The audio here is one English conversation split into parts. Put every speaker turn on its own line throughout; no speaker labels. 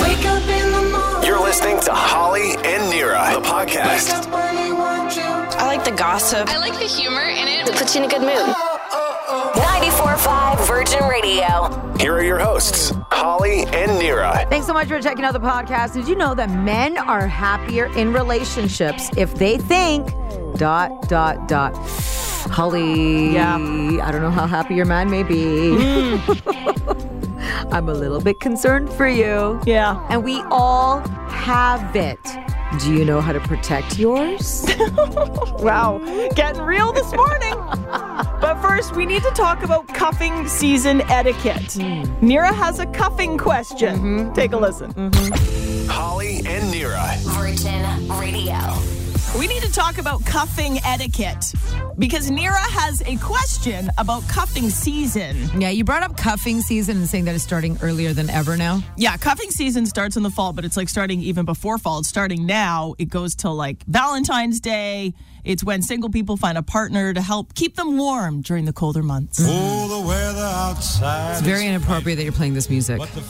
Wake up in the morning.
You're listening to Holly and Nira, the
Wake
podcast.
up when he wants you.
I like the gossip.
I like the humor in it.
puts you in a good mood.
94.5 Virgin Radio.
Here are your hosts, Holly and Nira.
Thanks so much for checking out the podcast. Did you know that men are happier in relationships if they think dot dot dot. Holly,
Yeah.
I don't know how happy your man may be.
Mm.
I'm a little bit concerned for you.
Yeah.
And we all have it. Do you know how to protect yours?
Wow. Getting real this morning. but first, we need to talk about cuffing season etiquette. Nira has a cuffing question. Take a listen.
Holly and Nira.
Virgin Radio.
We need to talk about cuffing etiquette because Nira has a question about cuffing season.
Yeah, you brought up cuffing season and saying that it's starting earlier than ever now.
Yeah, cuffing season starts in the fall, but it's like starting even before fall. It's starting now. It goes till like Valentine's Day. It's when single people find a partner to help keep them warm during the colder months.
Oh, the weather outside.
It's very inappropriate that you're playing this music. It's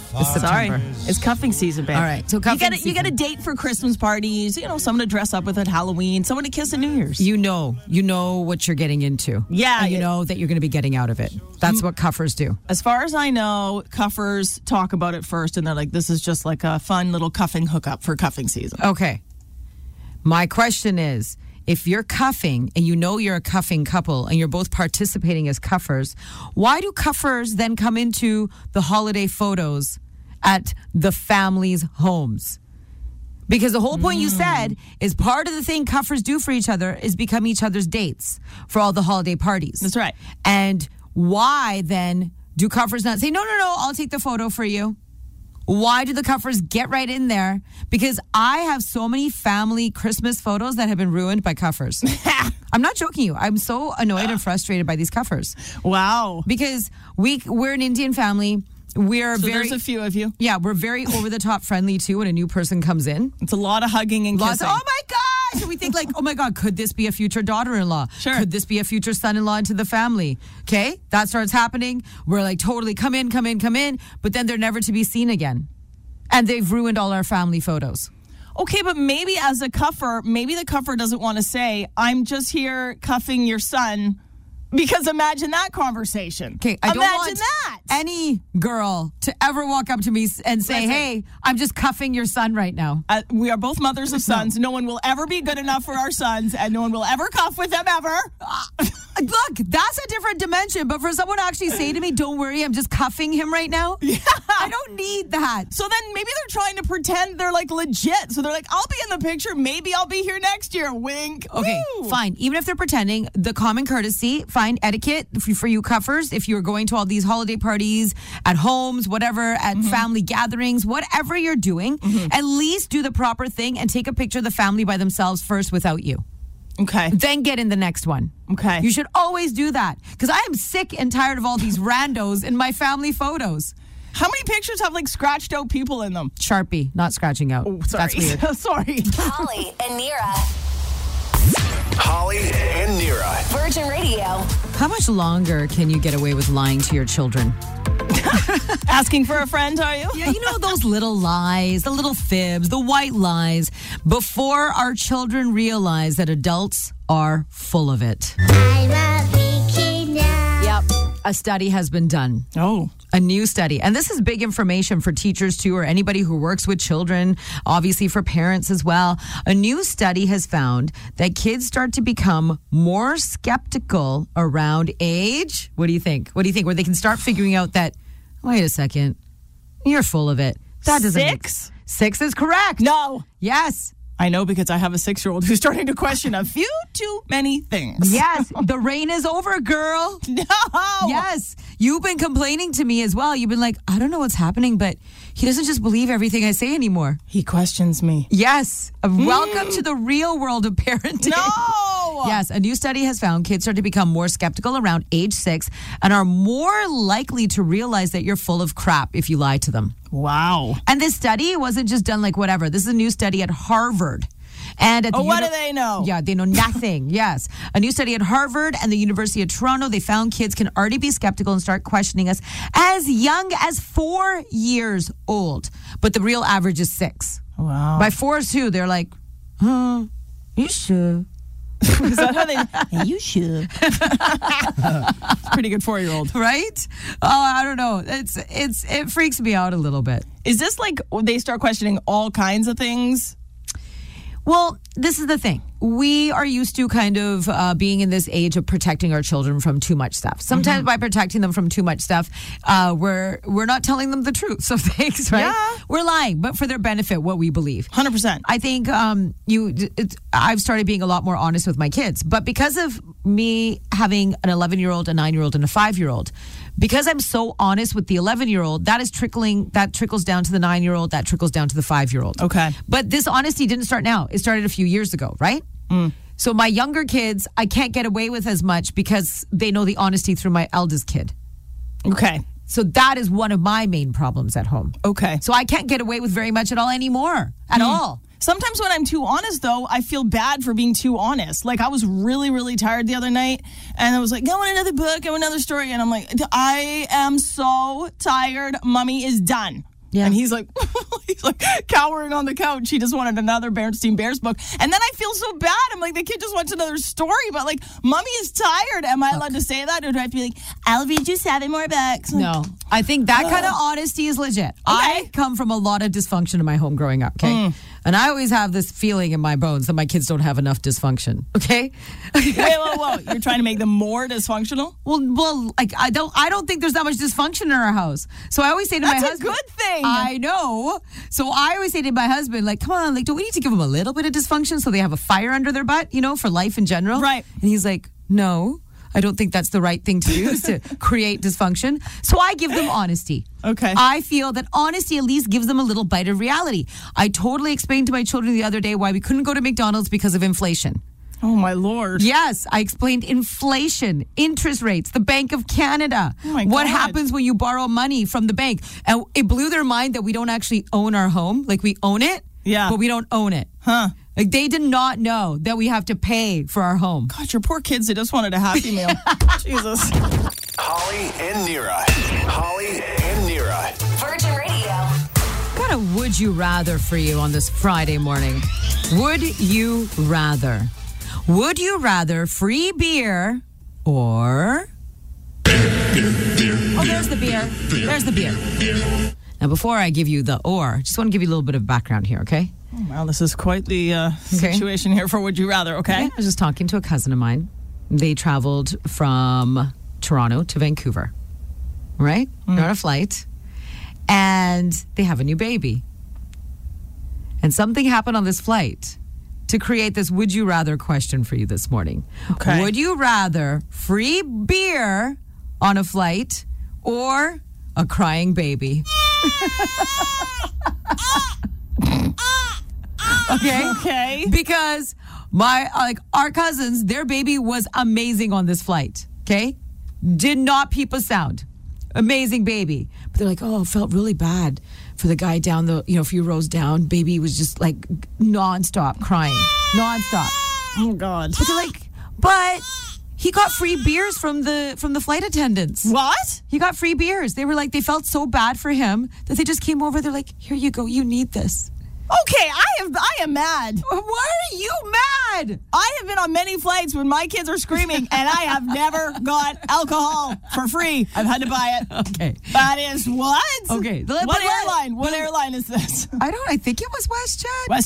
Sorry,
September.
it's cuffing season, babe.
All right, so cuffing
you got you
season.
got a date for Christmas parties. You know, someone to dress up with at Halloween, someone to kiss at New Year's.
You know, you know what you're getting into.
Yeah,
And you
it-
know that you're going to be getting out of it. That's what cuffers do.
as far as I know, cuffers talk about it first, and they're like, "This is just like a fun little cuffing hookup for cuffing season."
Okay. My question is if you're cuffing and you know you're a cuffing couple and you're both participating as cuffers, why do cuffers then come into the holiday photos at the family's homes? Because the whole point you
Mm.
said is part of the thing cuffers do for each other is become each other's dates for all the holiday parties.
That's right.
And why then do cuffers not say, no, no, no, I'll take the photo for you? Why do the cuffers get right in there? Because I have so many family Christmas photos that have been ruined by cuffers. I'm not joking you. I'm so annoyed and frustrated by these cuffers
Wow.
because we we're an Indian family. We're
So
very
there's a few of you.
yeah, we're very over the top friendly too when a new person comes in.
It's a lot of hugging and
Lots
kissing.
of, oh my gosh! And we think like, oh my god, could this be a future daughter-in-law?
Sure.
Could this be a future son-in-law into the family? Okay, that starts happening. We're like, totally, come in, come in, come in. But then they're never to be seen again, and they've ruined all our family photos.
Okay, but maybe as a cuffer, maybe the cuffer doesn't want to say, I'm just here cuffing your son. Because imagine that conversation.
Okay, I
imagine
don't want
that.
any girl to ever walk up to me s- and say,
Listen.
"Hey, I'm just cuffing your son right now."
Uh, we are both mothers of sons. No one will ever be good enough for our sons, and no one will ever cuff with them ever.
Uh, Look, that's a different dimension. But for someone to actually say to me, "Don't worry, I'm just cuffing him right now," I don't need that.
So then maybe they're trying to pretend they're like legit. So they're like, I'll be in the picture. Maybe I'll be here next year. Wink.
Okay,
Woo.
fine. Even if they're pretending, the common courtesy, fine etiquette for, for you cuffers, if you're going to all these holiday parties, at homes, whatever, at
Mm-hmm.
family gatherings, whatever you're doing, at least do the proper thing and take a picture of the family by themselves first without you.
Okay.
Then get in the next one.
Okay.
You should always do that because I am sick and tired of all these randos in my family photos.
How many pictures have like scratched out people in them?
Sharpie, not scratching out.
Sorry.
That's weird.
sorry.
Holly and Nira.
Holly and Nira.
Virgin Radio.
How much longer can you get away with lying to your children?
Asking for a friend, are you?
Yeah, you know those little lies, the little fibs, the white lies before our children realize that adults are full of it. Yep. A study has been done.
Oh.
A new study. And this is big information for teachers, too, or anybody who works with children, obviously for parents as well. A new study has found that kids start to become more skeptical around age. What do you think? What do you think? Where they can start figuring out that, wait a second, you're full of it. That doesn't make-
Six?
Six is correct.
No.
Yes.
I know because I have a six year old who's starting to question a few too many things.
Yes. the rain is over, girl.
No.
Yes. You've been complaining to me as well. You've been like, I don't know what's happening, but he doesn't just believe everything I say anymore.
He questions me.
Yes. Uh, Welcome to the real world of parenting.
Mm. No.
Yes, a new study has found kids start to become more skeptical around age six and are more likely to realize that you're full of crap if you lie to them.
Wow.
And this study wasn't just done like whatever. This is a new study at Harvard. And at the
Oh, what
uni-
do they know?
Yeah, they know nothing. yes. A new study at Harvard and the University of Toronto, they found kids can already be skeptical and start questioning us as young as four years old. But the real average is six.
Wow.
By four or two, they're like, huh, you sure?
Is that how they? Hey, you should. Pretty good four year old.
Right? Oh, I don't know. It's it's it freaks me out a little bit.
Is this like they start questioning all kinds of things?
Well, this is the thing. We are used to kind of uh, being in this age of protecting our children from too much stuff. Sometimes by protecting them from too much stuff, uh, we're we're not telling them the truth of things, right?
Yeah.
We're lying, but for their benefit, what we believe.
100%.
I think um, you. It's, I've started being a lot more honest with my kids, but because of me having an 11 year old, a nine year old, and a five year old, because I'm so honest with the 11 year old, that is trickling. That trickles down to the nine year old. That trickles down to the five year old.
Okay.
But this honesty didn't start now. It started a few years ago, right?
Mm.
So my younger kids, I can't get away with as much because they know the honesty through my eldest kid.
Okay.
So that is one of my main problems at home.
Okay. Mm.
So I can't get away with very much at all anymore. At all.
Sometimes when I'm too honest, though, I feel bad for being too honest. Like I was really, really tired the other night, and I was like, "I want another book, I want another story," and I'm like, "I am so tired. Mummy is done."
Yeah.
And he's like, he's like cowering on the couch. He just wanted another Bernstein Bears book, and then I feel so bad. I'm like, the kid just wants another story, but like, mummy is tired. Am I allowed to say that, or do I have to be like, I'll read you seven more books?
No, I think that kind of honesty is legit. I come from a lot of dysfunction in my home growing up, okay? And I always have this feeling in my bones that my kids don't have enough dysfunction, okay?
Wait, whoa, whoa! You're trying to make them more dysfunctional.
well, well, like I don't, I don't think there's that much dysfunction in our house. So I always say to my
That's a
husband,
good thing.
I know. So I always say to my husband, like, come on, like, don't we need to give them a little bit of dysfunction so they have a fire under their butt, you know, for life in general?
Right.
And he's like, no. I don't think that's the right thing to do is to create dysfunction. So I give them honesty.
Okay.
I feel that honesty at least gives them a little bite of reality. I totally explained to my children the other day why we couldn't go to McDonald's because of inflation.
Oh my lord!
Yes, I explained inflation, interest rates, the Bank of Canada.
Oh my
what
God.
happens when you borrow money from the bank? And it blew their mind that we don't actually own our home. Like we own it,
Yeah.
but we don't own it.
Huh.
Like they did not know that we have to pay for our home.
God, your poor kids, they just wanted a happy meal. Jesus.
Holly and Nira. Holly and Nira.
Virgin Radio.
Got a would you rather for you on this Friday morning. Would you rather? Would you rather free beer or. Oh, there's the beer. There's the beer. Now, before I give you the or, just want to give you a little bit of background here, okay?
Wow, this is quite the uh,
Okay.
situation here for Would You Rather, okay?
I was just talking to a cousin of mine. They traveled from Toronto to Vancouver, right?
Hmm.
Not a flight. And they have a new baby. And something happened on this flight to create this would you rather question for you this morning.
Okay.
Would you rather free beer on a flight or a crying baby? okay.
Okay.
Because my like our cousins, their baby was amazing on this flight. Okay, did not peep a sound. Amazing baby, but they're like, oh, felt really bad for the guy down the you know a few rows down. Baby was just like nonstop crying, nonstop.
Oh, God.
But they're like, but he got free beers from the from the flight attendants.
What?
He got free beers. They were like, they felt so bad for him that they just came over. They're like, here you go, you need this.
Okay, I have. I am mad.
Why are you mad?
I have been on many flights when my kids are screaming, and I have never got alcohol for free. I've had to buy it.
Okay.
That is what?
Okay, but-
What
but-
airline? What airline is this?
I don't. I think it was WestJet. I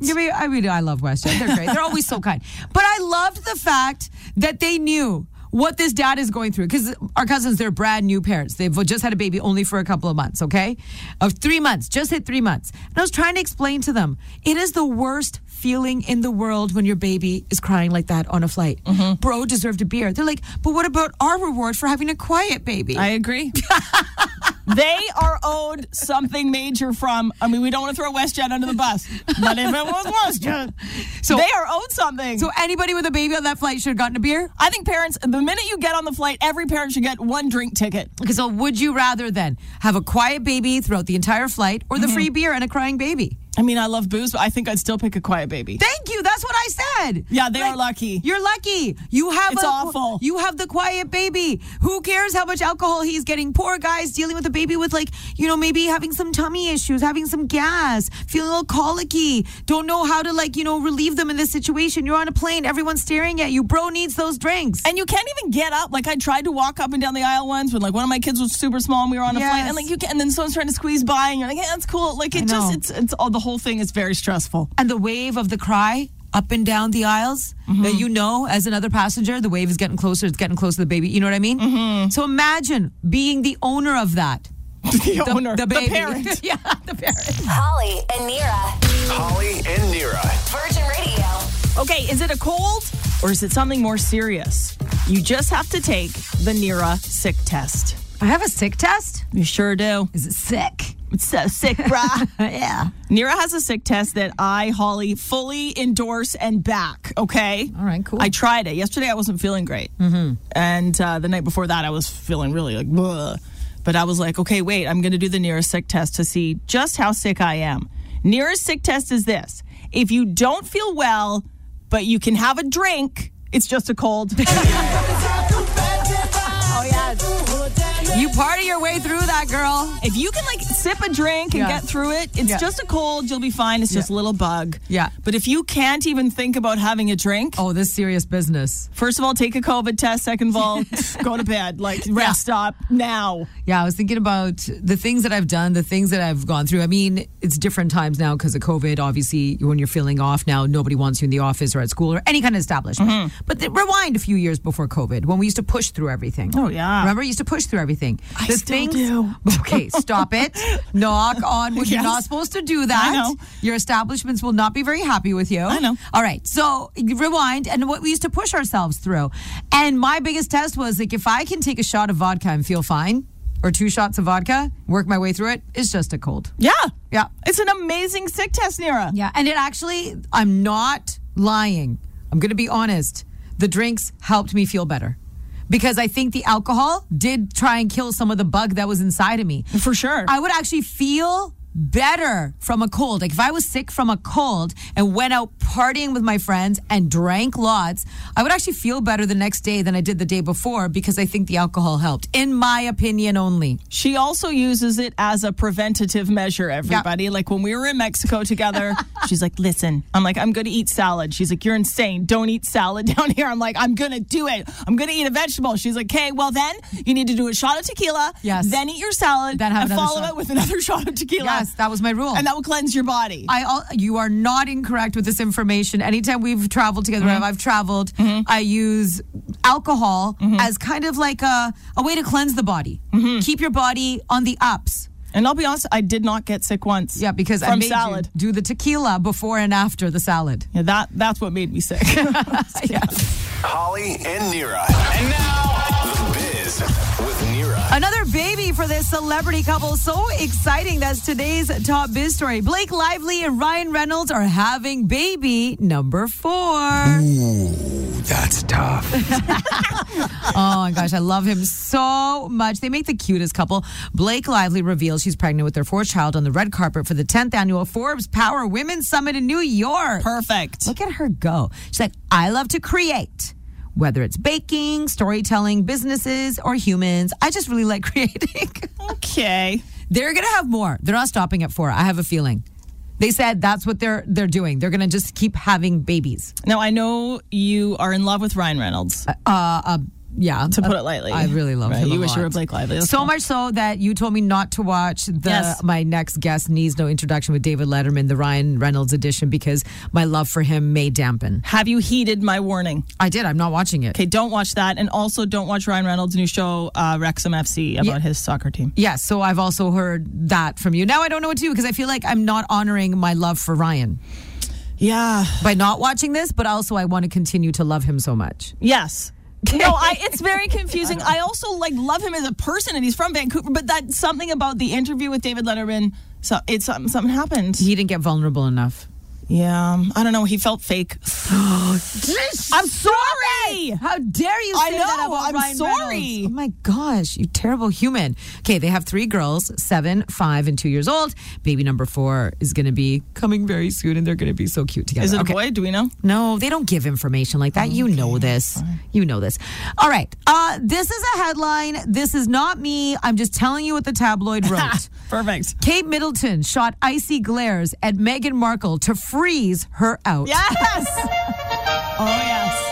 WestJet.
mean, I mean, I love WestJet. They're great. They're always so kind. But I loved the fact that they knew what this dad is going through because our cousins they're brand new parents they've just had a baby only for a couple of months okay of three months just hit three months and i was trying to explain to them it is the worst feeling in the world when your baby is crying like that on a flight bro deserved a beer they're like but what about our reward for having a quiet baby
I agree. they are owed something major from. I mean, we don't want to throw WestJet under the bus, but if it was WestJet,
So-
they are owed something.
so anybody with a baby on that flight should have gotten a beer
I think parents, the minute you get on the flight, every parent should get one drink ticket.
Okay,
Mm-hmm.
so would you rather then have a quiet baby throughout the entire flight or the free beer and a crying baby?
I mean, I love booze, but I think I'd still pick a quiet baby.
Thank you. That's what I said.
Yeah, they are lucky.
You're lucky. You have
It's
a,
awful.
You have the quiet baby. Who cares how much alcohol he's getting? Poor guy's dealing with a baby with like you know maybe having some tummy issues, having some gas, feeling a little colicky. Don't know how to like you know relieve them in this situation. You're on a plane. Everyone's staring at you. Bro needs those drinks.
And you can't even get up. Like I tried to walk up and down the aisle once when like one of my kids was super small and we were on a
Yes.
flight and like you can and then someone's trying to squeeze by and you're like, yeah, that's cool. Like it
know.
just it's it's all the whole thing is very stressful.
and the wave of the cry up and down the aisles. Now
Mm-hmm.
you know, as another passenger, the wave is getting closer. It's getting closer to the baby. You know what I mean?
Mm-hmm.
So imagine being the owner of that.
The,
The,
owner,
the baby.
parent.
yeah, the parent.
Holly and Nira.
Holly and Nira.
Virgin Radio.
Okay, is it a cold or is it something more serious? You just have to take the Nira sick test.
I have a sick test.
You sure do.
Is it sick?
It's so sick, bruh.
yeah.
Nira has a sick test that I, Holly, fully endorse and back. Okay.
All right, cool.
I tried it yesterday. I wasn't feeling great, mm-hmm. and uh, the night before that, I was feeling really like. Bleh. But I was like, okay, wait, I'm going to do the Nira sick test to see just how sick I am. Nira sick test is this: if you don't feel well, but you can have a drink, it's just a cold.
Oh, You party your way through that, girl.
if you can like sip a drink and
Yeah.
get through it, it's
Yeah.
just a cold. You'll be fine. It's just a little bug.
Yeah.
But if you can't even think about having a drink,
Oh, this serious business.
First of all, take a COVID test. Second of all, go to bed. Like, rest up now.
Yeah, I was thinking about the things that I've done, the things that I've gone through. I mean, it's different times now because of COVID. Obviously, when you're feeling off now, nobody wants you in the office or at school or any kind of establishment.
Mm-hmm.
But the, rewind a few years before COVID when we used to push through everything.
Oh, yeah.
remember you used to push through everything. I
still do.
Okay, stop it. Knock on wood. You're
Yes.
not supposed to do that.
I know.
Your establishments will not be very happy with you.
I know.
All right. So rewind and what we used to push ourselves through. And my biggest test was like if I can take a shot of vodka and feel fine, or two shots of vodka, work my way through it, it's just a cold.
Yeah.
Yeah.
It's an amazing sick test, Nira.
Yeah. And it actually I'm not lying. I'm gonna be honest. The drinks helped me feel better. Because I think the alcohol did try and kill some of the bug that was inside of me.
For sure.
I would actually feel better from a cold. Like if I was sick from a cold and went out partying with my friends and drank lots, I would actually feel better the next day than I did the day before because I think the alcohol helped, in my opinion only.
She also uses it as a preventative measure, everybody. Like when we were in Mexico together, she's like, listen, I'm like, I'm going to eat salad. She's like, you're insane. Don't eat salad down here. I'm like, I'm going to do it. I'm going to eat a vegetable. She's like, okay, well, then you need to do a shot of tequila.
Yes.
Then eat your salad.
Then have
and
another
follow
shot.
it with another shot of tequila.
Yes, that was my rule.
And that will cleanse your body.
I all, you are not incorrect with this information. Anytime we've traveled together,
Mm-hmm.
I've- I've traveled. I use alcohol
Mm-hmm.
as kind of like a, a way to cleanse the body, keep your body on the ups.
and I'll be honest, I did not get sick once.
Yeah, because
from
I made you
salad.
do the tequila before and after the salad.
Yeah, that that's what made me sick.
Holly and Nira. And now, The Biz with Nira.
Another baby for this celebrity couple. So exciting. That's today's top biz story. Blake Lively and Ryan Reynolds are having baby number four. Oh
That's tough.
Oh my gosh, I love him so much. They make the cutest couple. Blake Lively reveals she's pregnant with their fourth child on the red carpet for the 10th annual Forbes Power Women's Summit in New York.
Perfect.
Look at her go. She's like, I love to create. Whether it's baking, storytelling, businesses, or humans, I just really like creating.
Okay.
They're gonna have more. They're not stopping at four. I have a feeling. They said that's what they're they're doing. They're gonna just keep having babies.
Now I know you are in love with Ryan Reynolds.
Uh, Yeah, Uh,
To put it lightly.
I really love
Right,
him.
you
a
wish you
lot.
were Blake Lively. That's
so
cool.
much so that you told me not to watch the
Yes.
my next guest needs no introduction with David Letterman, the Ryan Reynolds edition, because my love for him may dampen.
Have you heeded my warning?
I did. I'm not watching it.
Okay, don't watch that, and also don't watch Ryan Reynolds' new show, uh, Wrexham FC, about his soccer team.
Yes, so I've also heard that from you. Now I don't know what to do because I feel like I'm not honoring my love for Ryan
Yeah.
by not watching this, but also I want to continue to love him so much.
Yes. no, I, it's very confusing. I also like love him as a person, and he's from Vancouver. But that something about the interview with David Letterman, so it's something something happened.
He didn't get vulnerable enough.
Yeah, I don't know. He felt fake. I'm sorry.
How dare you say
I
that
know,
about
I'm
Ryan
sorry.
Reynolds? Oh my gosh, you terrible human. Okay, they have three girls, seven, five, and two years old. Baby number four is going to be coming very soon, and they're going to be so cute together.
Is it
okay.
a boy? Do we know?
No, they don't give information like that. you know this. You know this. All right. Uh, this is a headline. This is not me. I'm just telling you what the tabloid wrote.
Perfect.
Kate Middleton shot icy glares at Meghan Markle to freeze her out.
Yes. oh yes.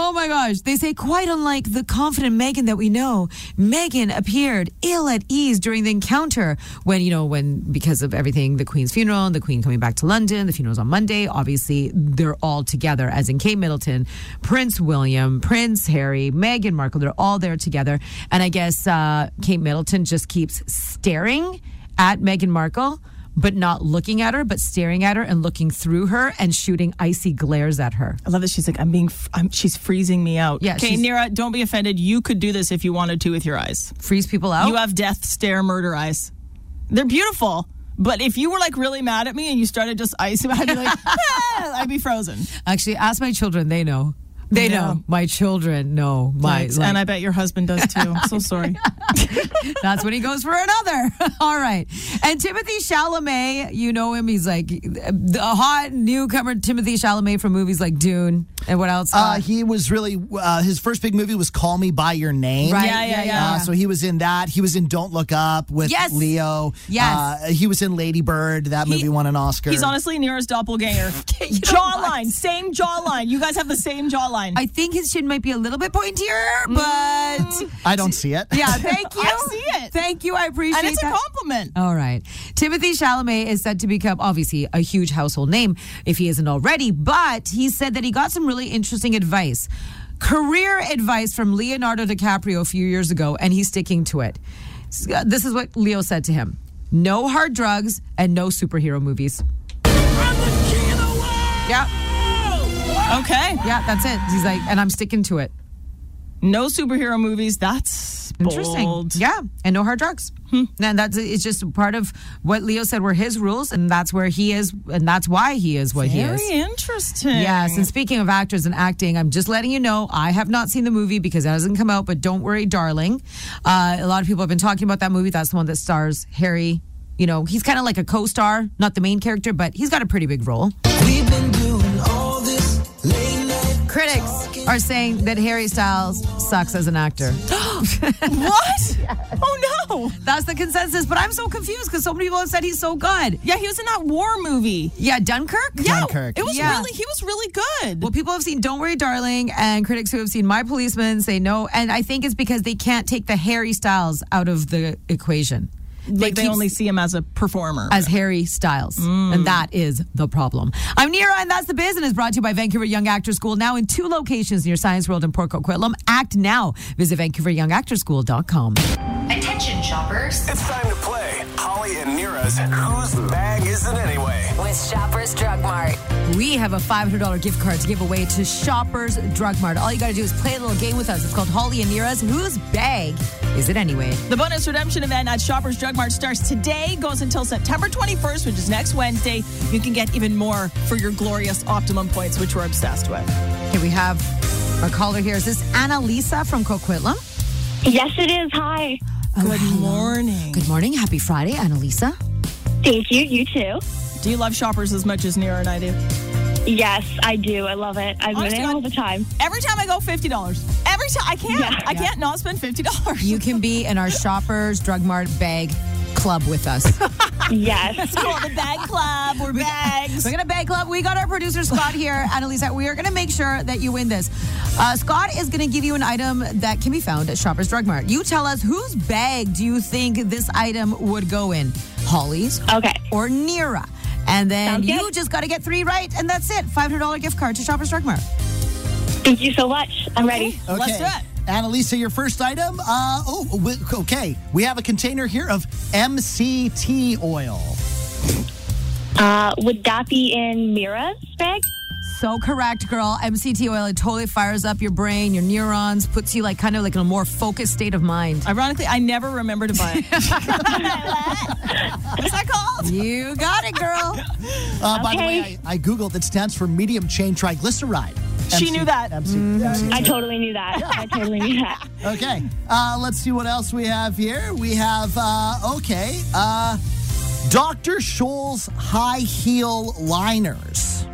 Oh my gosh. They say, quite unlike the confident Megan that we know, Megan appeared ill at ease during the encounter when, you know, when because of everything, the Queen's funeral and the Queen coming back to London, the funeral's on Monday. Obviously, they're all together, as in Kate Middleton, Prince William, Prince Harry, Meghan Markle, they're all there together. And I guess uh, Kate Middleton just keeps staring at Meghan Markle. But not looking at her, but staring at her and looking through her and shooting icy glares at her.
I love that she's like I'm being. F- I'm, she's freezing me out.
Yeah,
Okay,
she's-
Nira, don't be offended. You could do this if you wanted to with your eyes.
Freeze people out.
You have death stare murder eyes. They're beautiful. But if you were like really mad at me and you started just icing, I'd be like, "Ah," I'd be frozen.
Actually, ask my children. They know. They
Yeah.
know. My children know. My
Right.
like-
and I bet your husband does too. I'm so sorry.
That's when he goes for another. All right. And Timothy Chalamet, you know him. He's like the hot newcomer Timothy Chalamet from movies like Dune and what else?
Uh, he was really uh, his first big movie was Call Me by Your Name.
Right.
Yeah, yeah, yeah.
Uh, so he was in that. He was in Don't Look Up with
Yes.
Leo.
Yes.
Uh, he was in Lady Bird. That movie won an Oscar.
He's honestly Nira's doppelganger. jawline, same jawline. You guys have the same jawline.
I think his chin might be a little bit pointier, but
I don't see it.
yeah, thank you.
Mm. I see it.
Thank you. I appreciate
and it's a
that.
compliment.
All right. Timothy Chalamet is said to become obviously a huge household name if he isn't already, but he said that he got some really interesting advice. Career advice from Leonardo DiCaprio a few years ago, and he's sticking to it. S- uh, This is what Leo said to him no hard drugs and no superhero movies. Yeah,
Okay.
yeah, that's it. He's like, and I'm sticking to it.
No superhero movies. That's
Interesting.
bold. Hmm.
Yeah, and no hard drugs. And that's it's just part of what Leo said were his rules, and that's where he is, and that's why he is what he is.
Very interesting.
Yes, and speaking of actors and acting, I'm just letting you know I have not seen the movie because it hasn't come out. But don't worry, darling. Uh, a lot of people have been talking about that movie. That's the one that stars Harry. You know, he's kind of like a co-star, not the main character, but he's got a pretty big role. Critics are saying that Harry Styles sucks as an actor.
What? Oh no.
That's the consensus. But I'm so confused because so many people have said he's so good.
Yeah, he was in that war movie.
Yeah, Dunkirk.
Yeah,
Dunkirk.
It was
Yeah.
really he was really good.
Well, people have seen Don't Worry, Darling, and critics who have seen My Policeman say no. And I think it's because they can't take the Harry Styles out of the equation.
like they
keep-
only Mm. see him as a performer.
As Harry Styles. And that is the problem. I'm Nira, and that's the biz, and is brought to you by Vancouver Young Actors School, now in two locations near Science World and Port Coquitlam. Act now. Visit VancouverYoungActorschool.com.
Attention shoppers.
It's time to play Holly and Nira's Whose Bag Is It Anyway?
With Shoppers Drug Mart.
We have a $500 gift card to give away to Shoppers Drug Mart. All you got to do is play a little game with us. It's called Holly and Nira's Whose Bag Is It Anyway?
The bonus redemption event at Shoppers Drug Mart starts today, goes until September 21st, which is next Wednesday. You can get even more for your glorious optimum points, which we're obsessed with.
Okay, we have our caller here. Is this Anna Lisa from Coquitlam?
Yes, it is. Hi.
Oh, Good morning.
Good morning. Happy Friday, Anna Lisa.
Thank you. You too.
Do you love Shoppers as much as Nira and I do?
Yes, I do. I love it. I'm in
Honest
it
to God.
all the time.
Every time I go, $50. Every time. I can't. I can't not spend $50.
You can be in our Shoppers Drug Mart Bag Club with us.
Yes.
call the bag club. We're bags.
We're going to Bag Club. We got our producer, Scott, here. Anna Lisa, we are going to make sure that you win this. Uh, Scott is going to give you an item that can be found at Shoppers Drug Mart. You tell us whose bag do you think this item would go in? Holly's
Okay.
or Nira? And then
Sounds good.
you just got to get three right, and that's it. $500 gift card to Shoppers Drug Mart.
Thank you so much. I'm ready.
Okay.
Let's do it.
Annalisa, your first item. Uh, oh, w- okay. We have a container here of MCT oil.
Uh, would that be in Mira's bag?
so correct, girl. MCT oil, it totally fires up your brain, your neurons, puts you like kind of like in a more focused state of mind.
Ironically, I never remember to buy it. What's that called?
You got it, girl.
Uh, By the way,
Okay.
I, I Googled it stands for medium chain triglyceride.
She knew that. Mm-hmm.
MC, MC.
I totally knew that. I totally knew that.
Okay. Uh, let's see what else we have here. We have, uh, okay, uh, Dr. Scholl's high heel liners.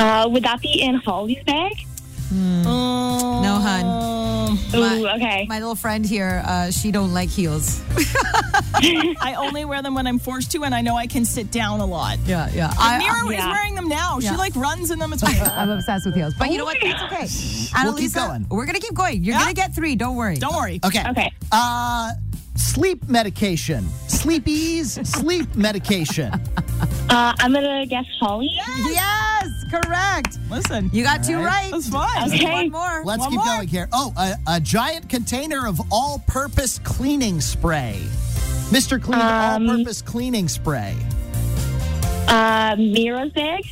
Uh, would that be in Holly's bag?
Um,
No, hun.
Ooh,
My-
okay.
My little friend here, uh, she don't like heels.
I only wear them when I'm forced to, and I know I can sit down a lot.
Yeah, yeah.
I,
I,
Mira is
yeah.
wearing them now.
Yeah.
She like runs in them. It's weird.
I'm obsessed with heels. But you know what? That's okay.
We'll keep
Annalisa,
going.
We're going to keep going. You're
Oh, Yeah.
going to get three. Don't worry.
Don't worry.
Okay.
Okay.
Uh, sleep medication. Sleepies, sleep medication.
Uh, I'm gonna guess Holly.
Yes, correct.
Listen,
You got two right.
that's fine.
Okay.
One more.
Let's
One
keep
more.
going here. Oh, a, a giant container of all purpose cleaning spray. Mr. Clean,
Um,
all purpose cleaning spray.
Uh, Mira's bag.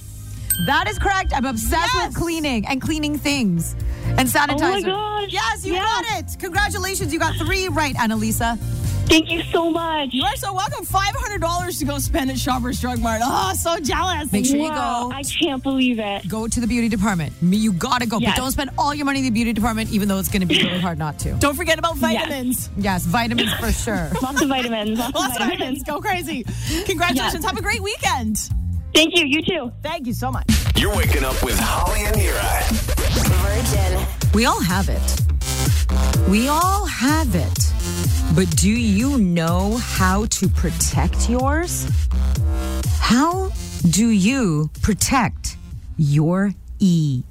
That is correct. I'm obsessed
Yes.
with cleaning and cleaning things and
Oh my
sanitizer.
gosh.
Yes, you
Yeah.
got it. Congratulations. You got three right, Annalisa.
Thank you so much.
You are so welcome. Five hundred dollars to go spend at Shoppers Drug Mart. Oh, so jealous.
Make sure
wow,
you go.
I can't believe it.
Go to the beauty department. Me- You gotta go,
Yes.
but don't spend all your money in the beauty department, even though it's gonna be really hard not to.
Don't forget about vitamins.
Yes, vitamins for sure.
Lots of vitamins. Lots,
Lots of vitamins. Go crazy. Congratulations.
Yes.
Have a great weekend.
Thank you. You too.
Thank you so much.
You're waking up with Holly and Nira.
Virgin.
We all have it. We all have it. But do you know how to protect yours? How do you protect your E?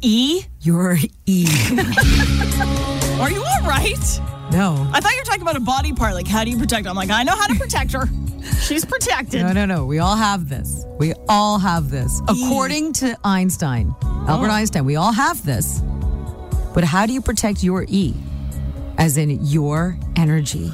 E? Your E.
Are you all right?
no.
I thought you were talking about a body part. Like, how do you protect? I'm like, I know how to protect her. She's protected.
No, no, no. We all have this. We all have this. According to Einstein, Albert Einstein, we all have this. But how do you protect your E? As in your energy.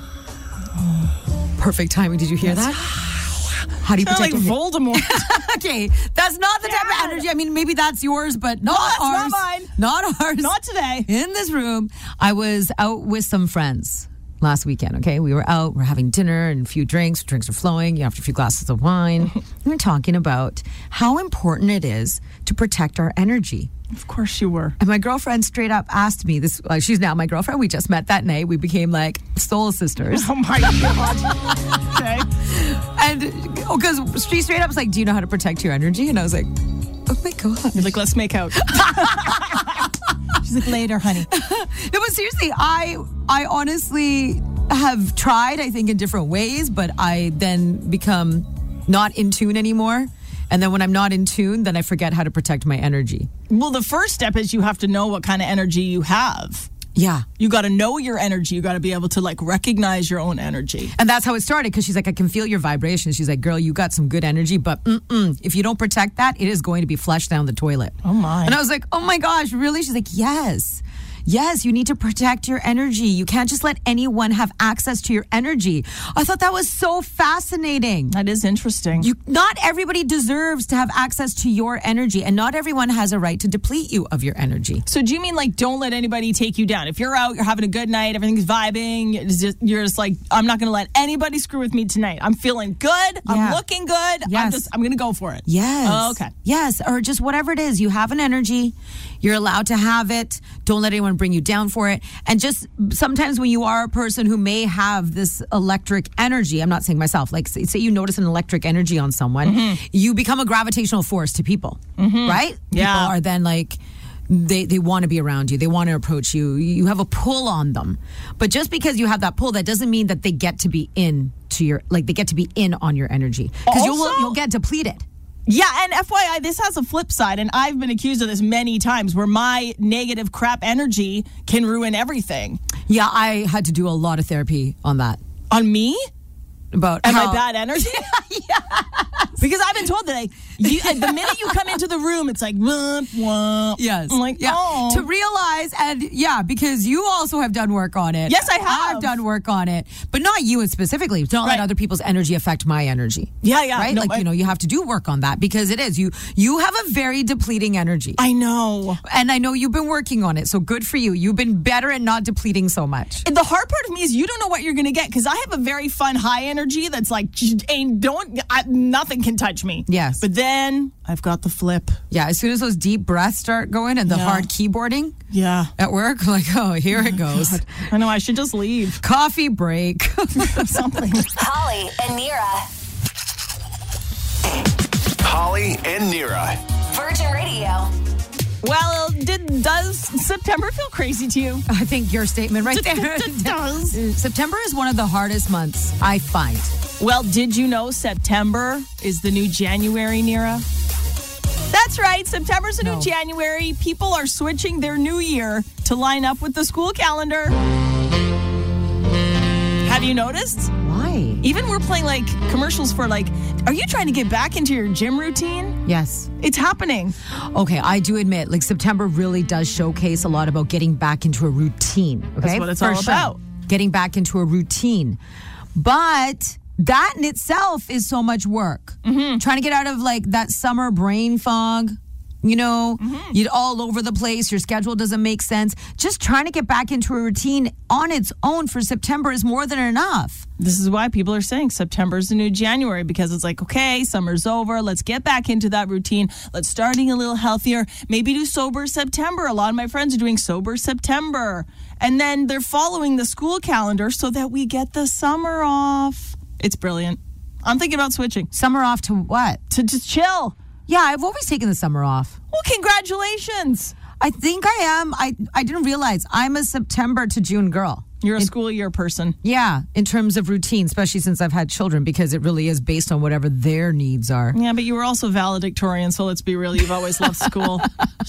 Perfect timing. Did you hear that? How do you
You're
protect
like
your
Voldemort.
Okay, that's not the type of energy. I mean, maybe that's yours, but not
it's not
ours.
mine.
Not ours
Not today.
in this room, I was out with some friends last weekend. Okay, we were out, we're having dinner and a few drinks. Drinks are flowing. You know, after a few glasses of wine, and we're talking about how important it is to protect our energy.
Of course you were.
And my girlfriend straight up asked me this. Uh, she's now my girlfriend. We just met that night. We became like soul sisters.
Oh my god. okay.
And because she straight up was like, "Do you know how to protect your energy?" And I was like, "Oh my god."
You're like, let's make out. She's like, later, honey.
No, but seriously, I I honestly have tried, I think, in different ways, but I then become not in tune anymore. And then when I'm not in tune, then I forget how to protect my energy.
Well, the first step is you have to know what kind of energy you have.
Yeah.
You got to know your energy. You got to be able to like recognize your own energy.
And that's how it started because she's like, I can feel your vibration. She's like, girl, you got some good energy, but mm-mm, if you don't protect that, it is going to be flushed down the toilet. Oh
my.
And I was like, oh my gosh, really? She's like, yes. Yes, you need to protect your energy. You can't just let anyone have access to your energy. I thought that was so fascinating.
That is interesting.
You, not everybody deserves to have access to your energy, and not everyone has a right to deplete you of your energy.
so do you mean like don't let anybody take you down? If you're out, you're having a good night, everything's vibing. It's just, you're just like, I'm not going to let anybody screw with me tonight. I'm feeling good. I'm
Yeah.
looking good. I'm
Yes.
just, I'm going to go for it.
Yes.
Oh, okay.
Yes, or just whatever it is. You have an energy, you're allowed to have it. Don't let anyone bring you down for it. And just sometimes when you are a person who may have this electric energy, I'm not saying myself, like say say you notice an electric energy on someone,
Mm-hmm.
you become a gravitational force to people, right?
Yeah.
People are then like, they, they want to be around you. They want to approach you. You have a pull on them. But just because you have that pull, that doesn't mean that they get to be in to your like they get to be in on your energy because you'll
Also-
you'll get depleted.
Yeah, and FYI, this has a flip side, and I've been accused of this many times where my negative crap energy can ruin everything.
Yeah, I had to do a lot of therapy on that.
On me?
About
Am
how,
I bad energy? Because I've been told that like You, uh, the minute you come into the room, it's like womp womp.
Yes.
I'm like,
yeah.
oh.
To realize and yeah, because you also have done work on it.
Yes, I have.
I've done work on it, but not you and specifically. Don't
Right.
let other people's energy affect my energy.
Yeah, yeah.
Right?
No,
like
I-
you know, you have to do work on that because it is you. You have a very depleting energy,
I know.
and I know you've been working on it. So good for you. You've been better at not depleting so much.
the hard part of me is you don't know what you're going to get because I have a very fun high energy that's like "J- ain't don't I, nothing can touch me.
Yes.
but then I've got the flip.
Yeah. As soon as those deep breaths start going and the
Yeah.
hard keyboarding
Yeah,
at work, like oh, here it goes.
I know I should just leave
Coffee break.
something.
Holly and Nira.
Holly and Nira.
Virgin Radio.
well, did does September feel crazy to you?
I think your statement right there.
Does.
September is one of the hardest months I find.
Well, did you know September is the new January, Nira? That's right. September's the
No.
new January. People are switching their new year to line up with the school calendar. Have you noticed?
Why?
Even we're playing like commercials for like, are you trying to get back into your gym routine?
Yes.
It's happening.
Okay, I do admit, like September really does showcase a lot about getting back into a routine. Okay,
That's what it's all about.
Getting back into a routine, but that in itself is so much work.
Mm-hmm.
Trying to get out of like that summer brain fog. You know,
Mm-hmm.
you're all over the place. Your schedule doesn't make sense. Just trying to get back into a routine on its own for September is more than enough.
This is why people are saying September's the new January because it's like, okay, summer's over. Let's get back into that routine. Let's start eating a little healthier. Maybe do sober September. A lot of my friends are doing sober September. And then they're following the school calendar so that we get the summer off. It's brilliant. I'm thinking about switching
Summer off to what?
to just chill.
Yeah, I've always taken the summer off.
Well, congratulations.
I think I am. I I didn't realize I'm a September to June girl.
You're a school year person.
Yeah, in terms of routine, especially since I've had children, because it really is based on whatever their needs are.
Yeah, but you were also valedictorian, so let's be real. You've always loved school.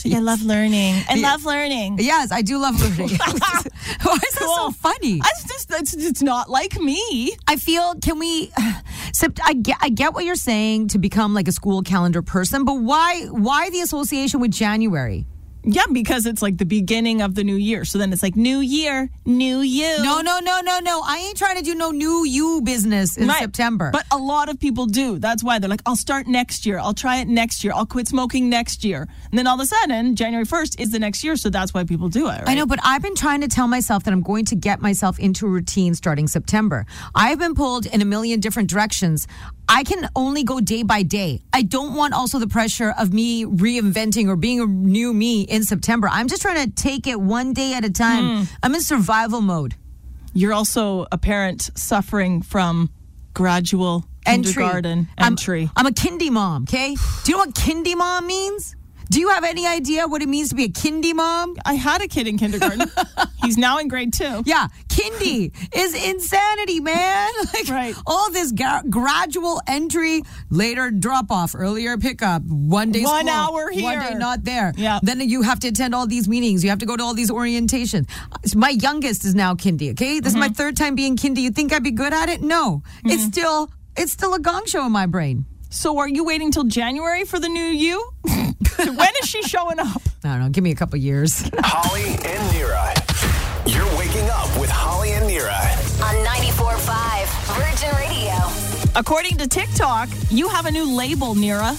I love learning. I love learning.
Yes, I do love learning. Why is that so
Cool.
funny?
It's just it's, it's not like me.
I feel can we? Except I get I get what you're saying to become like a school calendar person, but why why the association with January?
Yeah, because it's like the beginning of the new year. So then it's like new year, new you.
No, no, no, no, no. I ain't trying to do no new you business in
Right.
September.
But a lot of people do. That's why they're like, I'll start next year. I'll try it next year. I'll quit smoking next year. And then all of a sudden, January 1st is the next year. So that's why people do it. Right?
I know, but I've been trying to tell myself that I'm going to get myself into a routine starting September. I've been pulled in a million different directions. I can only go day by day. I don't want also the pressure of me reinventing or being a new me in September. I'm just trying to take it one day at a time.
Hmm.
I'm in survival mode.
You're also a parent suffering from gradual
Entry.
kindergarten
I'm-
entry.
I'm, a kindy mom, okay? Do you know what kindy mom means? Do you have any idea what it means to be a kindy mom?
I had a kid in kindergarten. He's now in grade two.
Yeah, kindy is insanity, man. Like
Right.
all this gra- gradual entry, later drop off, earlier pickup, one day
One
school,
hour
one day
here.
not there.
Yeah.
Then you have to attend all these meetings. You have to go to all these orientations. My youngest is now kindy. Okay, this
Mm-hmm.
is my third time being kindy. You think I'd be good at it? No, it's still it's still a gong show in my brain.
So are you waiting till January for the new you? when is she showing up?
I don't know. Give me a couple years.
Holly and Nira. You're waking up with Holly and Nira.
On 94.5 Virgin Radio.
According to TikTok, you have a new label, Nira.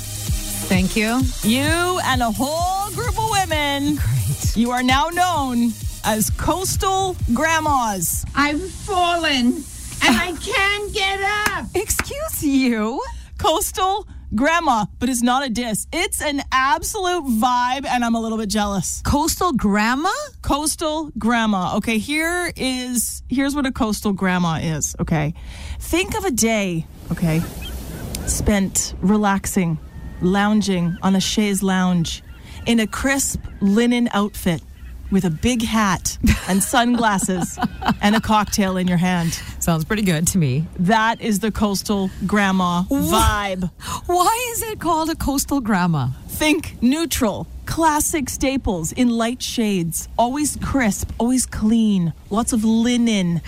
Thank you.
You and a whole group of women. Great. You are now known as coastal grandmas.
I've fallen and I can't get up.
Excuse you.
Coastal grandma, but it's not a diss. It's an absolute vibe, and I'm a little bit jealous.
Coastal grandma.
Coastal grandma. Okay, here is here's what a coastal grandma is. Okay, think of a day. Okay, spent relaxing, lounging on a chaise lounge, in a crisp linen outfit. With a big hat and sunglasses and a cocktail in your hand.
Sounds pretty good to me.
That is the coastal grandma vibe.
Why is it called a coastal grandma?
Think neutral, classic staples in light shades, always crisp, always clean, lots of linen.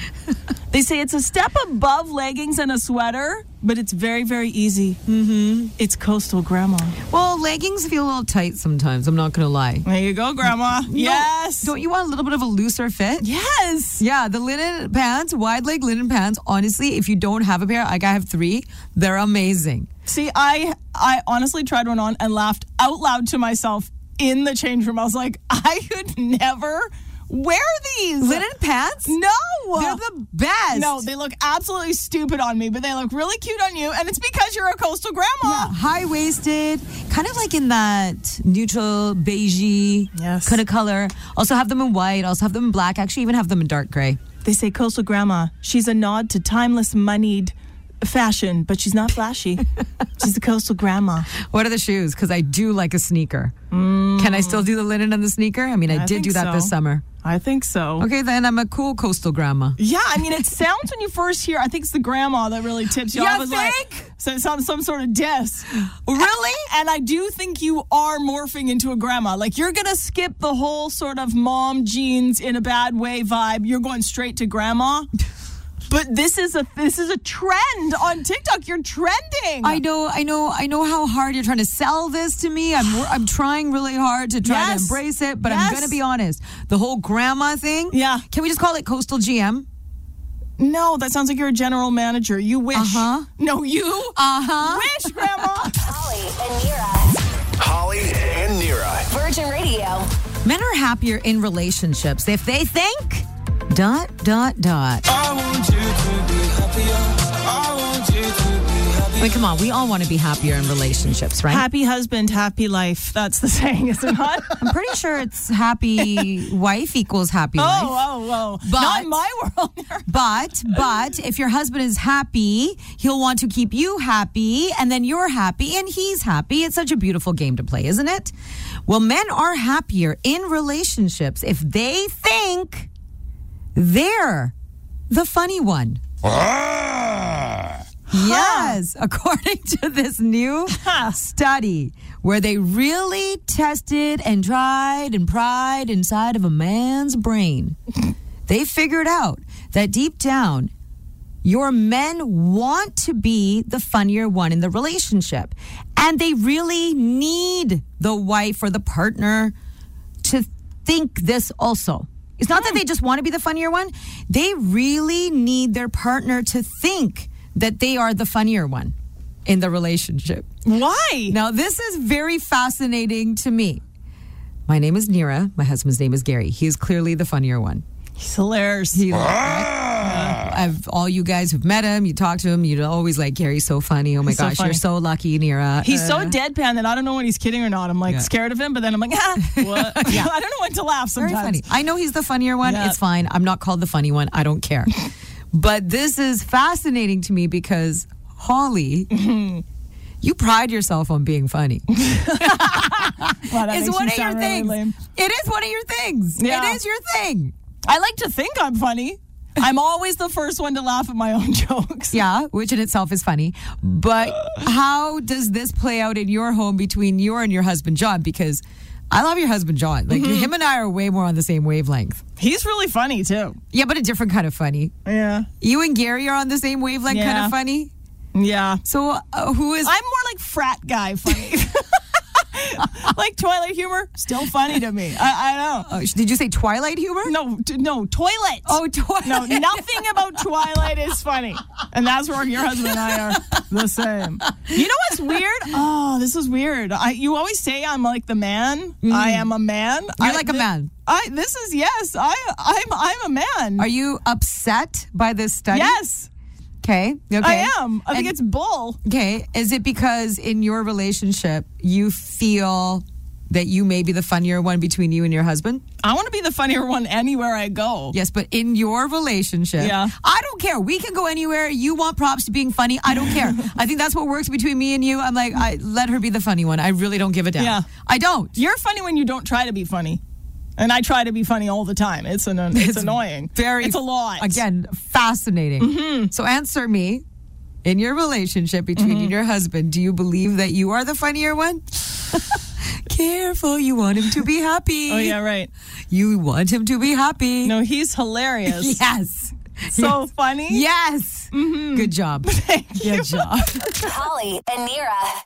they say it's a step above leggings and a sweater, but it's very, very easy. Mm-hmm. It's coastal grandma.
Well, leggings feel a little tight sometimes. I'm not gonna lie.
There you go, grandma. yes.
Don't you want a little bit of a looser fit?
Yes.
Yeah, the linen pants, wide leg linen pants. Honestly, if you don't have a pair, like I have three, they're amazing.
See, I I honestly tried one on and laughed out loud to myself in the change room. I was like, I could never wear these
Linen pants?
No,
They're the best.
No, they look absolutely stupid on me, but they look really cute on you, and it's because you're a coastal grandma.
high waisted, kind of like in that neutral beigey
Yes.
kind of color. Also have them in white. Also have them in black. Actually, even have them in dark gray.
They say coastal grandma. She's a nod to timeless moneyed fashion, but she's not flashy. she's a coastal grandma.
What are the shoes? Because I do like a sneaker. Can I still do the linen and the sneaker? I mean, I,
I
did
think
do that
so.
this summer.
I think so.
Okay, then I'm a cool coastal grandma.
Yeah, I mean, it sounds when you first hear. I think it's the grandma that really tips you.
You
off as, like,
think?
so- some some sort of diss.
Really?
And I do think you are morphing into a grandma. Like you're gonna skip the whole sort of mom jeans in a bad way vibe. You're going straight to grandma. But this is a this is a trend on TikTok. You're trending.
I know, I know, I know how hard you're trying to sell this to me. I'm, wor- I'm trying really hard to try
Yes.
to embrace it, but I'm
Yes.
gonna be honest. The whole grandma thing.
Yeah.
Can we just call it coastal GM?
no, that sounds like you're a general manager. You wish.
Uh-huh.
No, you
Uh huh.
wish, grandma.
Holly and Nira.
Holly and Nira.
Virgin Radio.
Men are happier in relationships if they think. Dot dot dot.
I want you to be happier. I want you to be happier.
Wait, come on. We all want to be happier in relationships, right?
happy husband, happy life. That's the saying, is it not?
I'm pretty sure it's happy wife equals happy life.
Oh, oh, oh.
But-
Not in my world.
But but if your husband is happy, he'll want to keep you happy, and then you're happy, and he's happy. It's such a beautiful game to play, isn't it? Well, men are happier in relationships if they think they're the funny one. Yes, according to this new study where they really tested and tried and pried inside of a man's brain, they figured out that deep down, your men want to be the funnier one in the relationship. And they really need the wife or the partner to think this also. It's not that they just want to be the funnier one, they really need their partner to think that they are the funnier one in the relationship.
Why?
Now, this is very fascinating to me. My name is Nira. My husband's name is Gary. He is clearly the funnier one.
He's hilarious.
He like, right?
Ah!
I've all you guys who've met him, you talk to him, you're always like, Gary's so funny. Oh my
He's so
gosh, you're
funny.
so lucky, Nira.
He's so deadpan that I don't know when he's kidding or not. I'm like
uh, Yeah.
scared of him, but then I'm like, ah, what? I don't know when to laugh
very
sometimes.
funny. I know he's the funnier one.
Yeah.
It's fine. I'm not called the funny one. I don't care. but this is fascinating to me because Holly, you pride yourself on being funny.
Wow, that
It's
makes
one
me
of your
sound really
things.
lame.
It is one of your things.
Yeah.
It is your thing.
I like to think I'm funny. I'm always the first one to laugh at my own jokes.
Yeah, which in itself is funny. But how does this play out in your home between you and your husband John? Because I love your husband John. Like
Mm-hmm.
him and I are way more on the same wavelength.
He's really funny too.
Yeah, but a different kind of funny.
Yeah.
You and Gary are on the same wavelength, kind
Yeah.
of funny.
Yeah.
So uh, who is?
I'm more like frat guy funny. like toilet humor, still funny to me. I, I
Oh, did you say Twilight humor?
know. No, t- no, toilet.
Oh, Twilight.
No, nothing about Twilight is funny. And that's where your husband and I are the same. You know what's weird? Oh, this is weird. I, you always say I'm like the man. I am a man.
Mm. You're
I-
like a
thi-
man.
I this is yes. I I'm I'm a man.
Are you upset by this study?
yes,
Okay. Okay.
I am. I
And-
think it's bull.
Okay. Is it because in your relationship you feel that you may be the funnier one between you and your husband?
I want to be the funnier one anywhere I go.
Yes, but in your relationship,
Yeah.
I don't care. We can go anywhere. You want props to being funny. I don't care. I think that's what works between me and you. I'm like, I let her be the funny one. I really don't give a damn.
Yeah.
I don't.
You're funny when you don't try to be funny. And I try to be funny all the time. It's an it's, annoying.
Very.
It's a lot. Mm-hmm.
Again, fascinating. So answer me. In your relationship between
Mm-hmm.
you and your husband, do you believe that you are the funnier one? Careful, you want him to be happy.
Oh yeah, right.
You want him to be happy.
No, he's hilarious.
Yes.
So funny.
Yes.
Good job. Good job.
Mm-hmm.
Holly and Nira.